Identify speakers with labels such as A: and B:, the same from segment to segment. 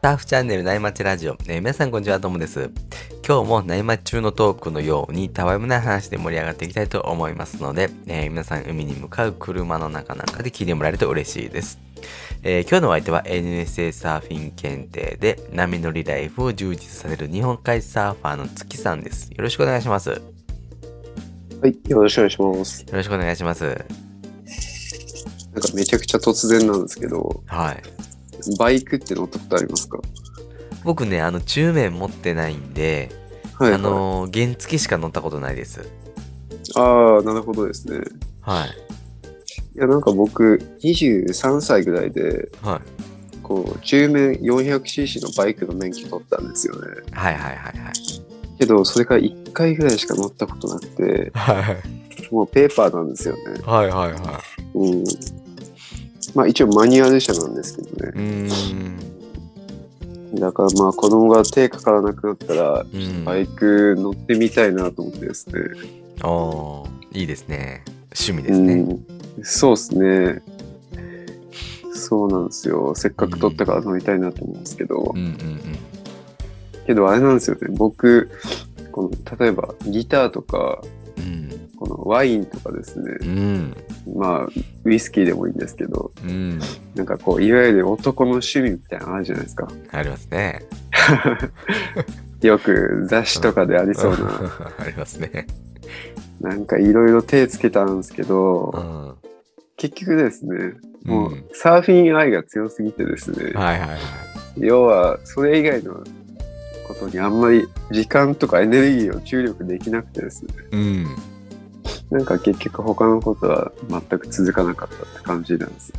A: ターフチャンネル内町ラジオ、えー皆さんこんにちは、どうもです。今日も内町中のトークのようにたわいもない話で盛り上がっていきたいと思いますので、えー皆さん海に向かう車の中なんかで聞いてもらえると嬉しいです。えー今日のお相手は NSA サーフィン検定で波乗りライフを充実させる日本海サーファーの月さんです。よろしくお願いします。よ
B: はい、よろしくお願いします。
A: ろしくお願いします。
B: なんかめちゃくちゃ突然なんですけど、
A: はい。
B: バイクって乗ったことありますか
A: 僕ね、あの、中面持ってないんで、
B: はい。
A: あのー、原付しか乗ったことないです。
B: ああ、なるほどですね。
A: はい。
B: いや、なんか僕、23歳ぐらいで、
A: は
B: こう、中面 400cc のバイクの免許取ったんですよね。
A: い。はいはいはいはい。
B: けど、それから1回ぐらいしか乗ったことなくて、
A: はい
B: もうペーパーなんですよね。
A: はいはいは
B: うん。まあ一応マニュアル車なんですけどね
A: い。う。ーん。
B: だからまあ子供が手かからなくなったら、
A: うん。
B: バイク乗ってみたいなと思ってですね。
A: おーいいですね。趣味ですね。
B: うん、そうですね。そうなんですよ。せっかく撮ったから乗りたいなと思うんですけど
A: う、んうん
B: けどあれなんですよね。僕、この例えばギターとか、
A: うん。
B: このワインとかですね
A: う、ん。
B: まあウイスキーでもいいんですけど、
A: うん。うん。
B: なんかこう、いわゆる男の趣味みたいなのあるじゃないですか。
A: ありますね。
B: よく雑誌とかでありそうな、
A: ありますね。
B: なんかいろいろ手つけたんですけ
A: う
B: ど、
A: ん。は
B: 結局ですね、も
A: う
B: うんサーフィン愛が強すぎてですね
A: い、はいはい。
B: 要はそれ以外のことにあんまり時間とかエネルギーを注力できなくてですね
A: うん。
B: なんか結局他のことは全く続かなかったって感じなんですよ、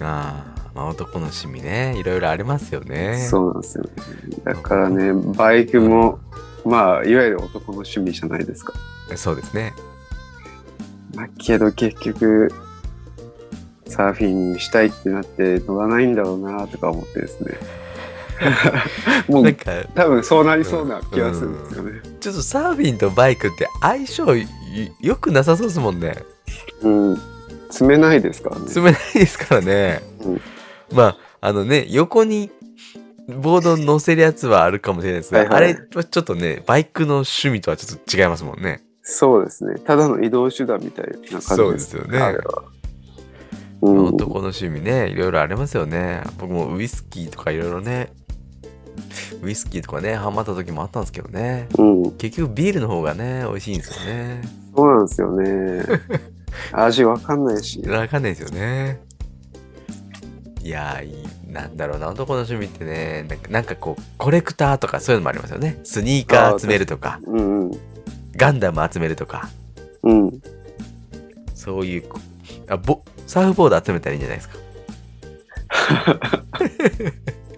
A: あーまあ、男の趣味ね。いろいろありますよね。
B: そうなんですよねだからねバイクもまあいわゆる男の趣味じゃないですか、
A: そうですね。
B: まあ、けど結局サーフィンしたいってなって乗らないんだろうなとか思ってです ねも
A: なん
B: う
A: か、
B: 多分そうなりそうな気がするんですよね、
A: ちょっとサーフィンとバイクって相性い良くなさそうですもんね。
B: うん、詰めないですからね。
A: 詰めないですからね、
B: うん
A: まああのね横にボードを乗せるやつはあるかもしれないですが、
B: はいはい
A: あれはちょっとねバイクの趣味とはちょっと違いますもんね
B: そうですね。ただの移動手段みたいな感じです
A: そうですよね
B: あれは。うん、
A: 男の趣味ねいろいろありますよね僕もウイスキーとかいろいろねウイスキーとかねハマった時もあったんですけどね
B: うん、
A: 結局ビールの方がね美味しいんですよね
B: そうなんですよ ね。味わかんないし。
A: わかんないですよねいやーいいなんだろうな男の趣味ってねなんかなんかこうコレクターとかそういうのもありますよねスニーカー集めるとか
B: うんうん
A: ガンダム集めるとか
B: うん。
A: そういうこあぼサーフボード集めたらいいんじゃないですか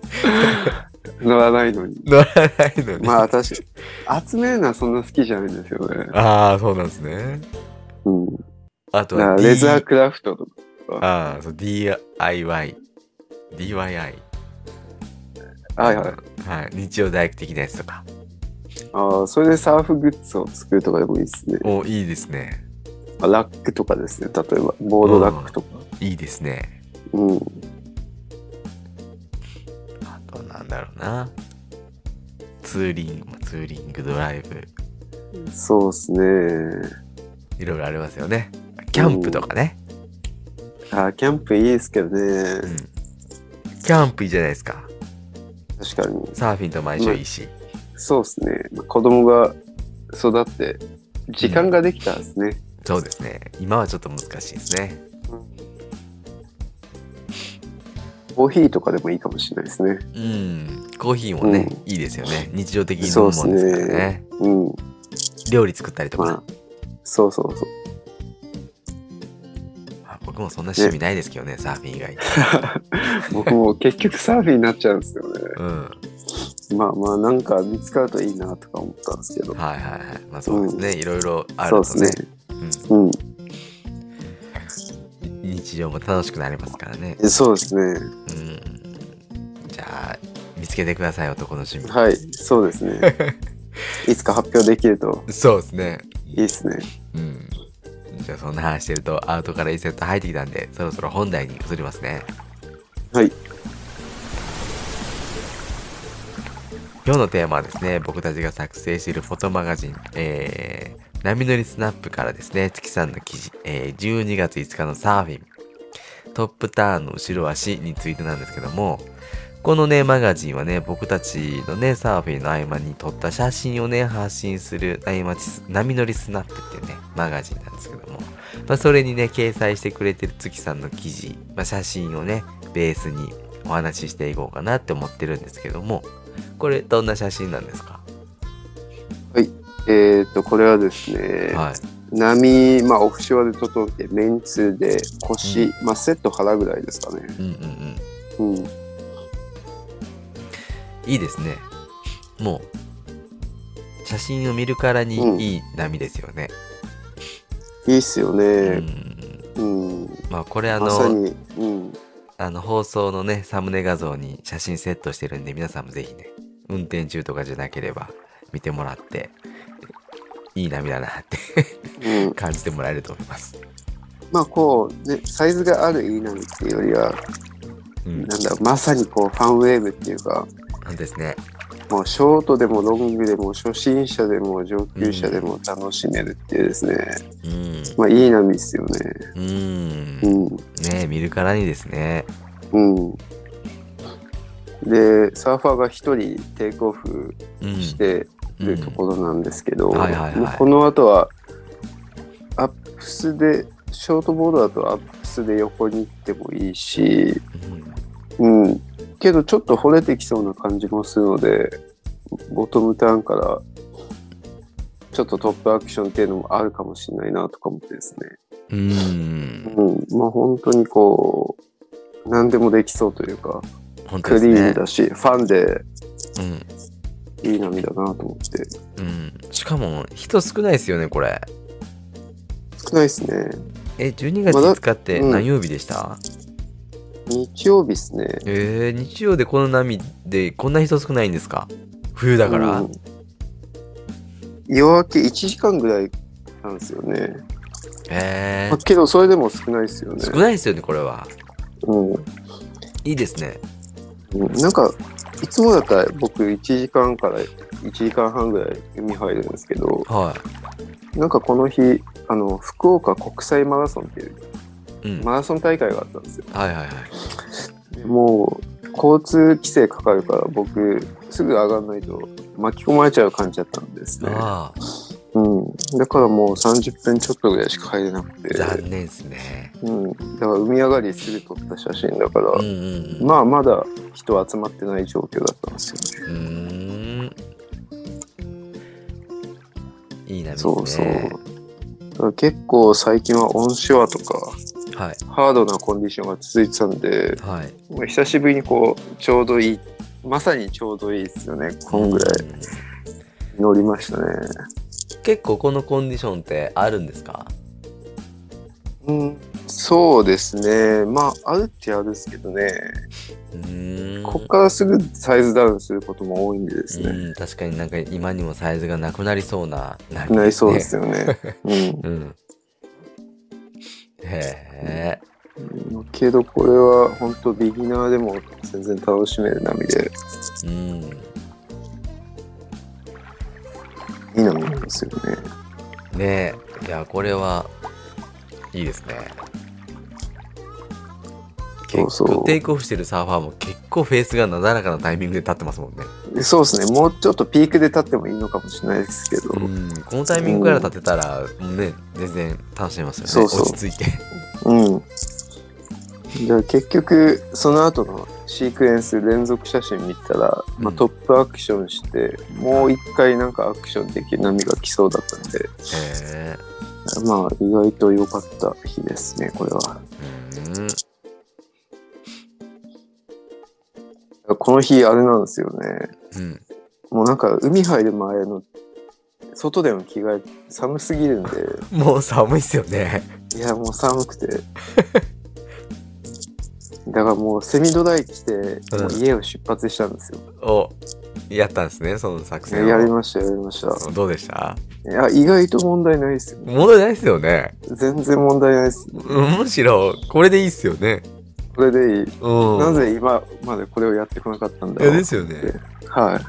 B: 乗らない のに。
A: 乗らないのに、
B: まあ私、集めるのはそんな好きじゃないんですよね。
A: ああそうなんですね
B: うん、
A: あと
B: だか
A: は
B: ら
A: D-
B: レザークラフトとか。
A: ああそう DIY DIY
B: はいはい。
A: はい、日曜大工的なやつとか
B: ああ、それでサーフグッズを作るとかでもいいですね。
A: おいいですね
B: あラックとかですね。例えば、ボードラックとか。
A: いいですね
B: うん。
A: あとなんだろうなツーリングツーリングドライブ
B: そうですね。
A: いろいろありますよねキャンプとかね、
B: あーキャンプいいですけど
A: う
B: ね。
A: ん、キャンプいいじゃないですか
B: 確かに。
A: サーフィンとも相性いいし、
B: そうですね。子供が育って、時間ができたんですね。
A: そうですね今はちょっと難しいですね
B: コーヒーとかでもいいかもしれないですね。
A: うんコーヒーもね、いいですよね日常的に飲むもんですからね
B: うん。
A: 料理作ったりとか、
B: まあ、そうそうそう。
A: あ僕もそんな趣味ないですけどねサーフィン以 外に
B: 僕も結局サーフィンになっちゃうんですよね。
A: うんは
B: まあまあ、なんか見つかるといいなとか思ったんですけど。
A: いはいはいまあそうですね、いろいろある
B: そう
A: と
B: ですね。うん。
A: うん、日常も楽しくなりますからね
B: えそうですね。
A: うんじゃあ見つけてください男の趣味
B: はい。そうで すね。いつか発表できると
A: そうですね
B: いいですね。
A: うんじゃあそんな話してるとアウトから1セット入ってきたんでそろそろ本題に移りますね
B: はい。
A: 今日のテーマはですね、僕たちが作成しているフォトマガジン、えー、波乗りスナップからですね、月さんの記事、えー、12月5日のサーフィン、トップターンの後ろ足についてなんですけども、このね、マガジンはね、僕たちのね、サーフィンの合間に撮った写真をね、発信する、合間ち波乗りスナップっていうね、マガジンなんですけども、まあ、それにね、掲載してくれてる月さんの記事、まあ、写真をね、ベースにお話ししていこうかなって思ってるんですけども、これどんな写真なんですか
B: えっ、と、これはですね、
A: はい。
B: 波、まあ、オフショアで整って、メンツで腰、まあ、セット腹ぐらいですかね。
A: うんうんうん。
B: うん。
A: いいですね。もう、写真を見るから
B: うん
A: にいい波ですよね。
B: いいっすよ
A: うん。
B: ね。うん。
A: まあ、これあ
B: まさ
A: の、
B: に、うん。
A: あの放送のね、サムネ画像に写真セットしてるんで、皆さんもぜひね、運転中とかじゃなければ見てもらって、いい波だなって
B: うん、
A: 感じてもらえると思います。
B: まあこうねサイズがあるいい波っていうよりは、
A: うん。
B: なんだろうまさにこうファンウェーブっていうか
A: そうですね。
B: もうショートでもロングでも初心者でも上級者でも楽しめるっていうですね、
A: うん。
B: まあいい波ですよね
A: うん。
B: う
A: ね
B: ん
A: え見るからにですね。
B: うんでサーファーが一人テイクオフ
A: うん。
B: して
A: う
B: る
A: ん
B: ところなんですけど、
A: うんはいはいはい
B: もうこの後はアップスでショートボードだとアップスで横に行ってもいいし、
A: うん
B: うん、けどちょっと惚れてきそうな感じもするのでボトムターンからちょっとトップアクションっていうのもあるかもしれないなとか思ってですね、
A: うん。
B: うん、まあ本当にこう何でもできそうというか、
A: 本当
B: ク
A: です
B: リーン
A: ね。
B: だしファンで
A: うん。
B: いい波だなと思って
A: うん、しかも人少ないですよねこれ
B: 少ないですね
A: え12月
B: まだ
A: 5日って
B: うん
A: 何曜日でした、
B: 日曜日ですね
A: えー、日曜でこの波でこんな人少ないんですか冬だから、
B: うん夜明け1時間ぐらいなんですよね、
A: え
B: まあ
A: ー、
B: けどそれでも少ないですよね
A: 少ないですよねこれは
B: うん
A: いいですね
B: うんなんかいつもだったら僕1時間から1時間半ぐらい海入るんですけど
A: は
B: なんかこの日あの福岡国際マラソンっていう
A: い、うん、はい
B: マラソン大会があったんですよ
A: はいはい
B: でもう交通規制かかるから僕すぐ上がんないと巻き込まれちゃう感じだったんですね、
A: ああ
B: うん、だからもう30分ちょっとぐらいしか入れなくて、
A: 残念ですね
B: うん、だから海上がりすぐ撮った写真だから、
A: うんうんうん
B: まあまだ人集まってない状況だったんですよね
A: うーんいい波ですね
B: そうそう。だから結構最近はオンショアとか
A: はい
B: ハードなコンディションが続いてたんで、
A: はい
B: まあ久しぶりにこうちょうどいい、まさにちょうどいいですよね。こんぐらい
A: うん
B: 乗りましたね。
A: 結構このコンディションってあるんですか
B: うん、そうですね。まああるってあるですけどね、
A: うーん
B: こっからすぐサイズダウンすることも多いんでですね。
A: うん、確かになんか今にもサイズがなくなりそうな波
B: なりそうで、すよね。うん
A: うん、へえ
B: うん。けどこれは本当ビギナーでも全然楽しめる波で、
A: うん
B: いい波なんですよね。
A: ねえいやこれはいいですね結
B: そう
A: 構
B: そう
A: テイクオフしてるサーファーも結構フェースがなだらかなタイミングで立ってますもんね、
B: そうですね、もうちょっとピークで立ってもいいのかもしれないですけど、
A: うん、このタイミングから立てたら、もうね全然楽しめますよね
B: そうそう
A: 落ち着いて
B: うん。じゃあ結局、その後のシークエンス連続写真見たら、
A: う
B: まあ、
A: ん
B: トップアクションして、もう一回なんかアクションできる波が来そうだったんで、
A: へえ
B: まあ意外と良かった日ですね、これは。
A: うん
B: この日、あれなんですよね。
A: うん
B: もうなんか海入る前の外での着替え寒すぎるん で、
A: もう寒いっすよね
B: いや、もう寒くて。だからもうセミドライ来て、
A: ん
B: もう家を出発したんですよ。
A: をやったんですねその作戦を
B: やりました、やりました。
A: どうでした
B: いや、意外と問題ないですよ。
A: 問題ないですよね
B: 全然問題ないです。
A: うんむしろこれでいいっすよね
B: これでいい。
A: うん
B: なぜ今までこれをやってこなかったんだ
A: いや
B: ろう
A: で。すよね
B: は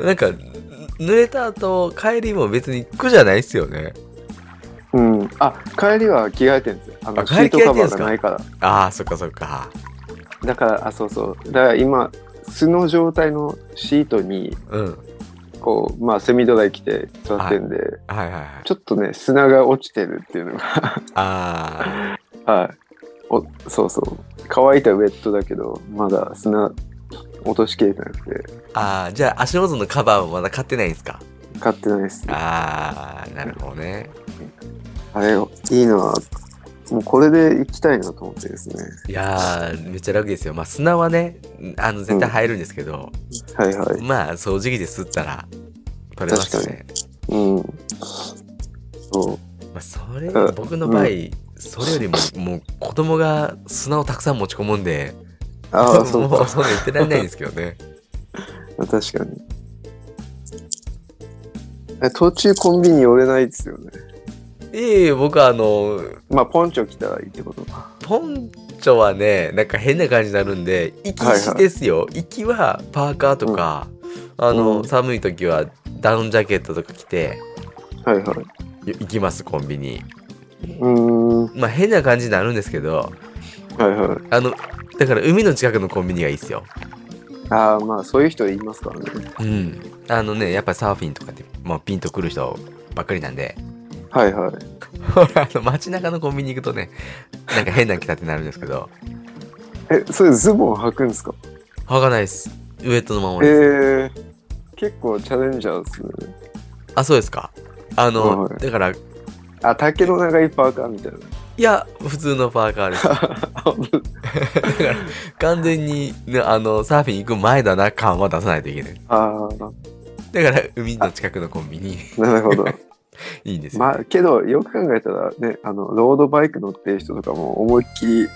A: なんか、濡れた後、帰りも別に苦じゃないっすよね。
B: うん。あ、帰りは着替えてるんですよ。あ
A: あ
B: の、
A: 帰
B: シ
A: り
B: ートカバ
A: 着替
B: ー
A: えてんすか
B: がないから。
A: ああ、そっかそっか。
B: だから、あ、そうそう。だから今、素の状態のシートに、
A: うん。はい
B: こう、まあ、セミドライ着て座ってんで、
A: はいはい。
B: ちょっとね、砂が落ちてるっていうのが、
A: あ
B: はい。おそうそう。乾いたウェットだけど、まだ砂落としきれてなくて、
A: あ、ああ、じゃあ足元のカバーもまだ買ってないんすか
B: 買ってないです。あ
A: ああ、なるほどね。
B: れ、いいなもうこれで行きたいなと思ってですね。
A: いやー、めっちゃ楽ですよ。まあ砂はね、あの、絶対入るんですけど、
B: はいはい。
A: まあ掃除機で吸ったら取れますね。
B: うん。そう。
A: まあ、それ、
B: うん
A: 僕の場合、それよ りも、もう子供が砂をたくさん持ち込むんで、
B: ああ、そう
A: もう
B: か。
A: そんな言ってられないんですけど ね。
B: 確かに。え途中コンビニ寄れないですよね。
A: いえいえ、僕はあの、
B: まあ、ポンチョ着たらいいってこと。
A: ポンチョはね、なんか変な感じになるんで、行き
B: はいは
A: し
B: い
A: ですよ。行きはパーカーとか、あの、
B: うん
A: 寒い時はダウンジャケットとか着て、
B: はいはい。
A: よ行きます、コンビニ。
B: うーん。は
A: まあ変な感じになるんですけど、
B: いは
A: あの、だから海の近くのコンビニがいいですよ。
B: い。ああ、まあ、そういう人いますからね。
A: うん。あのね、やっぱりサーフィンとかって、もうピンとくる人ばっかりなんで、
B: はいはい。
A: ほら、あの街中のコンビニ行くとね、なんか変な着たってなるんですけど、
B: え、それズボン履くんですか
A: はがないです。ウエットのまま
B: え
A: です。
B: え結構チャレンジャーですね。
A: あ、そうですか。あの、
B: はい
A: だから、い
B: あ、竹の長いパーカーみたい な。
A: や、普通のパーカー です。完全に、ね、あの、サーフィン行く前だな感は出さないといけない。
B: あ
A: だから、海の近くのコンビニ、
B: あ、なるほど。
A: いいんですよ。
B: まあ、けど、よく考えたらね、あの、ロードバイク乗ってる人とかも思いっきり、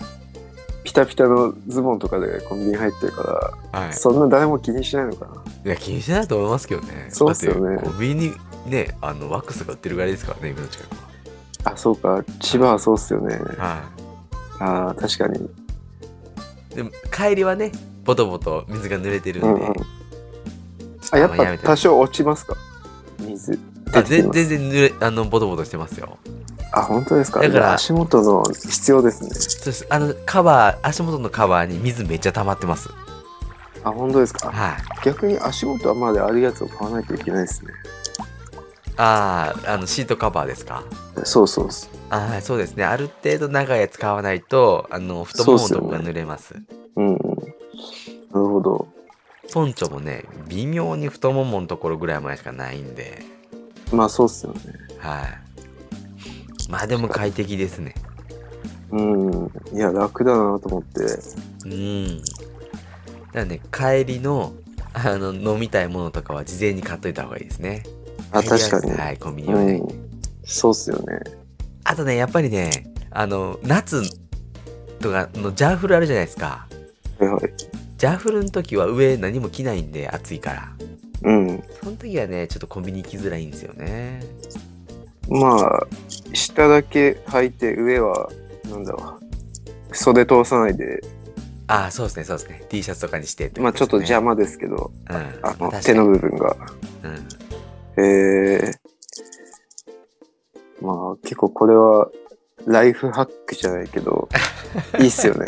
B: ピタピタのズボンとかでコンビニ入ってるか
A: は
B: ら、そんな誰も気にしないのかな。
A: い。いや、気にしないと思いますけどね。
B: そうっすよ
A: だ
B: ね
A: ってコンビニにね、あの、ワックスが売ってるぐらいですからね、海の近くは。
B: あ、そうか。千葉はそうっすよね。
A: は
B: ああ、確かに。
A: い。でも、帰りはね、ボトボト水が濡れてるん
B: う
A: で、
B: んうん。あ、やっぱ多少落ちますか水。
A: あ
B: 出てき
A: 全
B: ます
A: 全然濡れあのボトボトしてますよ
B: あ、本当ですか。
A: だから
B: 足元の必要ですね。
A: そうですあのカバー足元のカバーに水めっちゃ溜まってます
B: あ、本当ですか。
A: はい
B: 逆に足元まであるやつを買わないといけないですね。
A: あーあのシートカバーですか
B: そうそうそ
A: あーそうですねある程度長いやつ買わないとあの太もものとこが濡れます
B: う。うんうん。なるほど。
A: ポンチョもね微妙に太もものところぐらいまでしかないんで
B: まあそうっすよね。
A: はいまあでも快適ですね
B: うん。いや、楽だなと思って。
A: うんだからね帰りのあの飲みたいものとかは事前に買っといた方がいいですね
B: あ、確かに。
A: はいコンビニは
B: う
A: ね、
B: ん。そうっすよね。
A: あとね、やっぱりね、あの、夏とかのジャーフルあるじゃないですか。
B: はいはい。
A: ジャーフルの時は上何も着ないんで、暑いから。
B: うん。
A: その時はね、ちょっとコンビニ行きづらいんですよね。
B: まあ、下だけ履いて、上は、なんだろう。袖通さないで、
A: ああ、そうですね、そうですね。T シャツとかにしてって
B: まあちょっと邪
A: 魔。
B: 魔ですけど、
A: うん。
B: あ
A: 確
B: の、
A: か
B: 手
A: に
B: の部分が。
A: うん。
B: ええまあ結構これはライフハックじゃないけ ど、いいっすよね。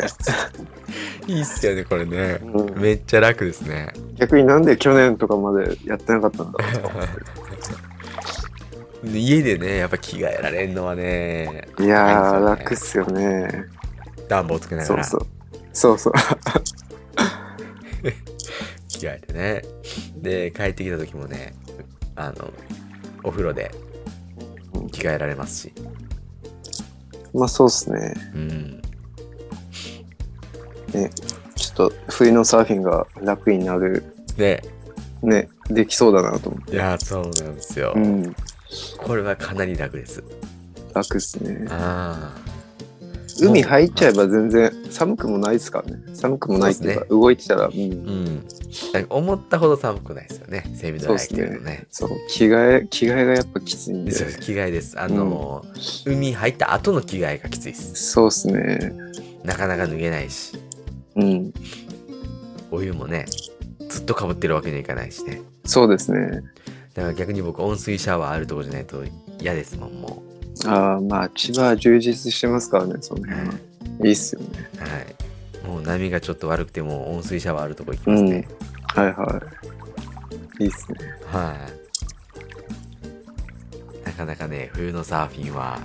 A: いいっすよね、これね。
B: うん
A: めっちゃ楽ですね。
B: 逆になんで去年とかまでやってなかったんだろうと思っ
A: 家でね、やっぱ着替えられんのはね、
B: て。いやー、
A: はい
B: 楽っすよね。
A: 暖房つけなが
B: そう
A: ら
B: そう。そうそう。
A: 着替えてね。で、帰ってきた時もね、あの、お風呂で着替えられますし。
B: まあそうっ すね。
A: うん。
B: ちょっと冬のサーフィンが楽になる、
A: で、
B: ね、できそうだなと思って。
A: いやー、そうなんですよ。
B: うん、
A: これはかなり楽です。
B: 楽っすね。
A: ああ。
B: 海入っちゃえば全然寒くもないっすからね。寒くもないっていう
A: そう
B: か、
A: っ
B: 動いてたら、う、
A: うんん。なんか思ったほど寒くないですよね。セミドライ着てるとね。
B: そう、着替え、着替えがやっぱきついんで。
A: そうです着替えです。あのー、海入った後の着替えがきついです。
B: そうですね。
A: なかなか脱げないし、
B: うん。
A: お湯もね、ずっとかぶってるわけにはいかないしね。
B: そうですね。
A: だから逆に僕、温水シャワーあるとこじゃないと嫌ですもん、も
B: ああ、まあ、千葉は充実してますからね、その
A: う。は
B: 辺は。いいっすよね。
A: い。はい、もう波がちょっと悪くても、温水シャワーあるとこ行きますね。
B: はいはい。いいっすね。
A: はい。なかなかね、冬のサーフィンは、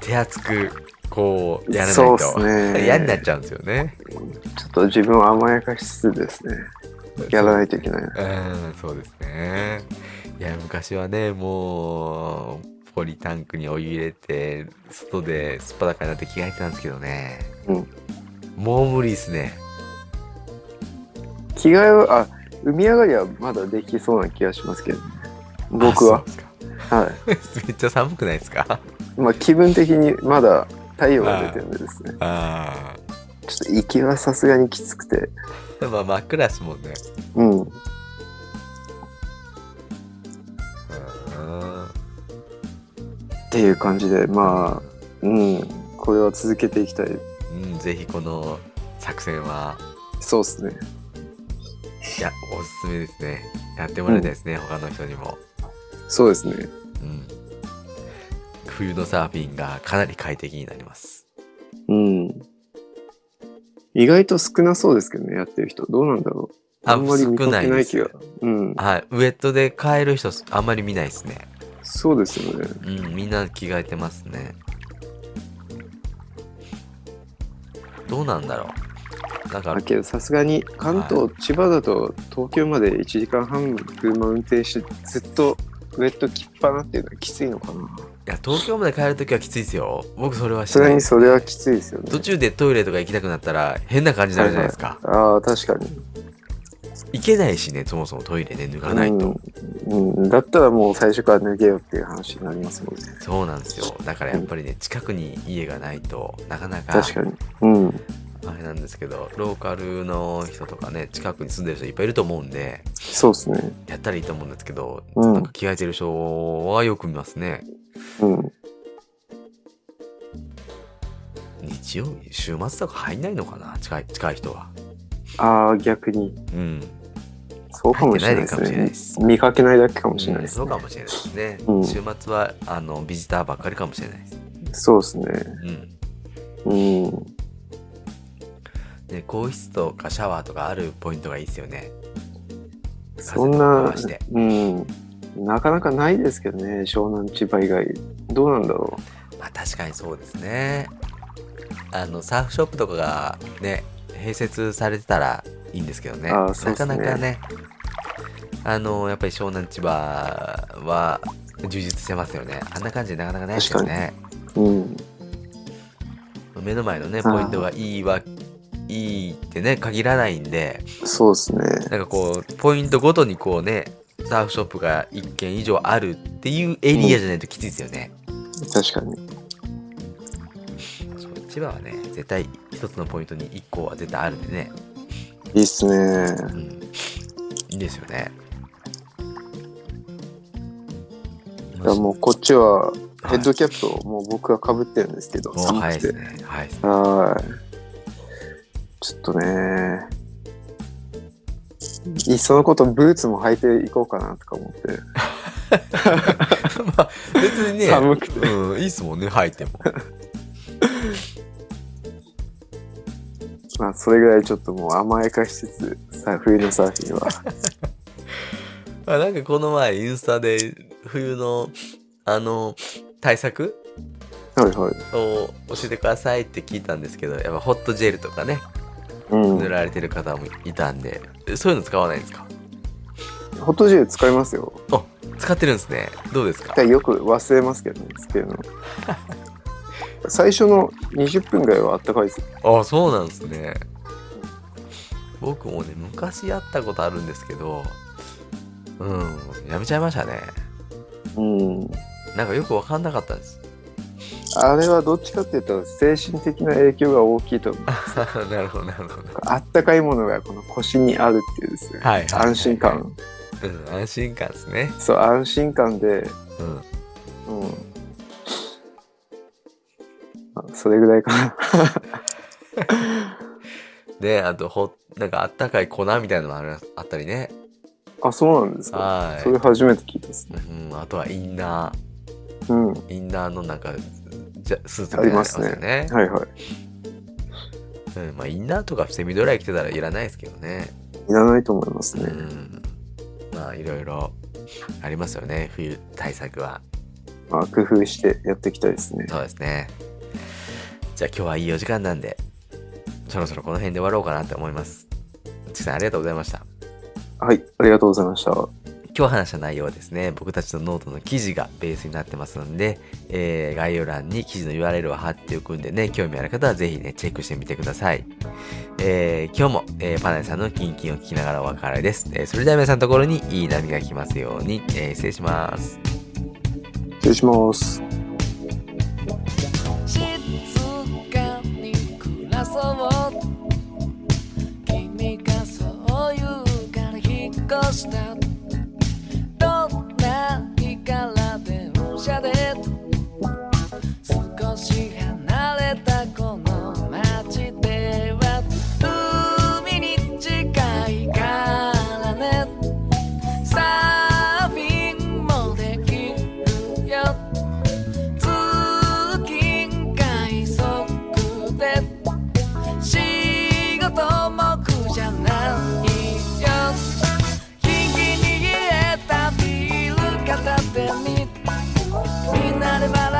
A: 手厚く、こう、やらない
B: そう
A: と
B: っ、すね。
A: 嫌になっちゃうんですよね。
B: ちょっと自分を甘やかしつつですね。やらないといけないな。
A: うん、そうですね。いや、昔はね、もう、ポリタンクにお湯入れて、外ですっぱだかになって着替えてたんですけどね。
B: うん
A: もう無理ですね。
B: 着替えは、あ、海上がりはまだできそうな気がしますけどね。僕
A: あ
B: は。。
A: そう
B: は
A: ですか めっちゃ寒くないですか
B: い。まあ、気分的にまだ太陽が出てるんでですね。
A: ああ。
B: ちょっと息はさすがにきつくて。
A: まあ、真っ暗ですもんね。
B: うん。
A: うん。
B: っていう感じで、まあ、うん。これは続けていきたい。
A: うん、ぜひこの作戦は、
B: そうですね。
A: いや、おすすめですね。やってもらいたいですね、他の人にも。
B: そうですね。
A: うん。冬のサーフィンがかなり快適になります。
B: うん。意外と少なそうですけどね、やってる人。どうなんだろう。
A: あ
B: あんまり見かけない気が
A: 少。
B: うん。
A: はい、ウエットで買える人あんまり見ないですね。
B: そうですよね。
A: うん、みんな着替えてますね。どうなんだろう。なんか
B: だ、けどさすがに関東、千葉だと東京まで1時間半車運転してずっとウェット着っぱなっていうのはきついのかない
A: や、東京まで帰るときはきついですよ。僕それは
B: さ
A: し
B: す
A: な
B: が
A: い
B: に。それはきついですよ
A: 途
B: ね。
A: 中でトイレとか行きたくなったら変な感じになるじゃないですか。
B: ああ確かに、
A: 行けないしね、そもそもトイレね、脱がないと。
B: うんうん、だったらもう最初から脱げよっていう話になりますもんね
A: そうなんですよ。だからやっぱりね、近くに家がないとなかなか
B: 確かにうん
A: あれなんですけど、ローカルの人とかね、近くに住んでる人いっぱいいると思うんで、
B: そうですね
A: やったらいいと思うんですけど、
B: うん
A: なんか着替えてる人はよく見ますね。
B: うん
A: 日曜日、週末とか入んないのかな近い、近い人は。
B: ああ逆に
A: うん。
B: そうかもしれないで
A: 入ってないかもしれないですす
B: ね見かけないだけかもしれないです、
A: そう
B: ね
A: かもしれないですね。
B: うん
A: 週末は、あの、ビジターばっかりかもしれないです。
B: そうですね
A: うん。
B: うん
A: で、更衣室とかシャワーとかあるポイントがいいですよね。
B: そん
A: 風
B: な
A: とかして、
B: うん、なかなかないですけどね、湘南千葉以外。どうなんだろ
A: まあ確かにそうですね。あの、サーフショップとかがね、併設されてたらいいんですけどね。
B: あーそう
A: な
B: っす
A: か
B: ね
A: なかね、あの、やっぱり湘南千葉は充実してますよね。あんな感じでなかなかないですよね。
B: う。うん、
A: 目の前のね、
B: あー
A: ポイントがいいわ、いいってね、限らないんで、
B: そうですね。
A: なんかこう、ポイントごとにこうね、サーフショップが1軒以上あるっていうエリアじゃないときついですよね。
B: 確かに。
A: そう千葉はね、絶対一つのポイントに1個は絶対あるんでね。
B: いいっすね。
A: うん、いいですよね。
B: だからもうこっちは
A: はい
B: ヘッドキャップをもう僕がかぶってるんですけど、
A: もう
B: 寒
A: 早いで
B: くて
A: す。ね。はい。
B: はい。ちょっとね。いっそのことブーツも履いていこうかなとか思って、
A: まあ別にね、
B: 寒くて
A: うん、いいっすもんね、入って も。
B: まあ、それぐらいちょっともう甘やかしつつさ冬のサーフィンは
A: あなんかこの前、インスタで冬の、あの、対策
B: はいはい、
A: を教えてくださいって聞いたんですけど、やっぱホットジェルとかね、
B: うん、
A: 塗られてる方もいたんで、そういうの使わないんですか
B: ホットジェル使いますよ
A: 使ってるんですね。どうですか
B: 一回よく忘れますけどねつけるの 最初の20分ぐらいはあったかいです
A: あそうなんですね僕もね昔やったことあるんですけどうんやめちゃいましたね
B: うん
A: なんかよく分かんなかったです
B: あれはどっちかっていうと精神的な影響が大きいと思 う
A: なるほどなるほど
B: あったかいものがこの腰にあるっていうですね
A: はい、
B: 安心、感
A: うん、安心感ですね
B: そう安心感で
A: うん
B: うんまあそれぐらいかな
A: であとほなんかあったかい粉みたいなのもあるあったりね
B: あ、そうなんですか。
A: はい
B: それ初めて聞いたですね。
A: うん、あとはインナ
B: うん。は
A: ーインナーのなんかじゃスーツ
B: ありますね
A: みたいなのありますよ
B: いはい。
A: ね、うんまあ、インナーとかセミドライ着てたらいらないですけどね
B: いらないと思います
A: う
B: ね。
A: んまあいろいろありますよね冬対策は
B: まあ、工夫してやっていきたいですね。
A: そうですねじゃあ今日はいいお時間なんでそろそろこの辺で終わろうかなって思いますちきさんありがとうございました
B: はい。ありがとうございました。は
A: 今日話した内容はですね、僕たちのノートの記事がベースになってますので、えー概要欄に記事の URL を貼っておくんでね、興味ある方はぜひね、チェックしてみてください。えー今日も、えーパナエさんのキンキンを聞きながらお別れです。えーそれでは皆さんのところにいい波が来ますように、えー失礼します。
B: 失礼します。
C: 静かに暮らそう君がそう言うから引っ越したどんな日から電車で少し離れたこの街では海に近いからねサーフィンもできるよ「通勤快速で」「仕事も苦じゃないよ」「キンキンに冷えたビール片手に」「みんなで笑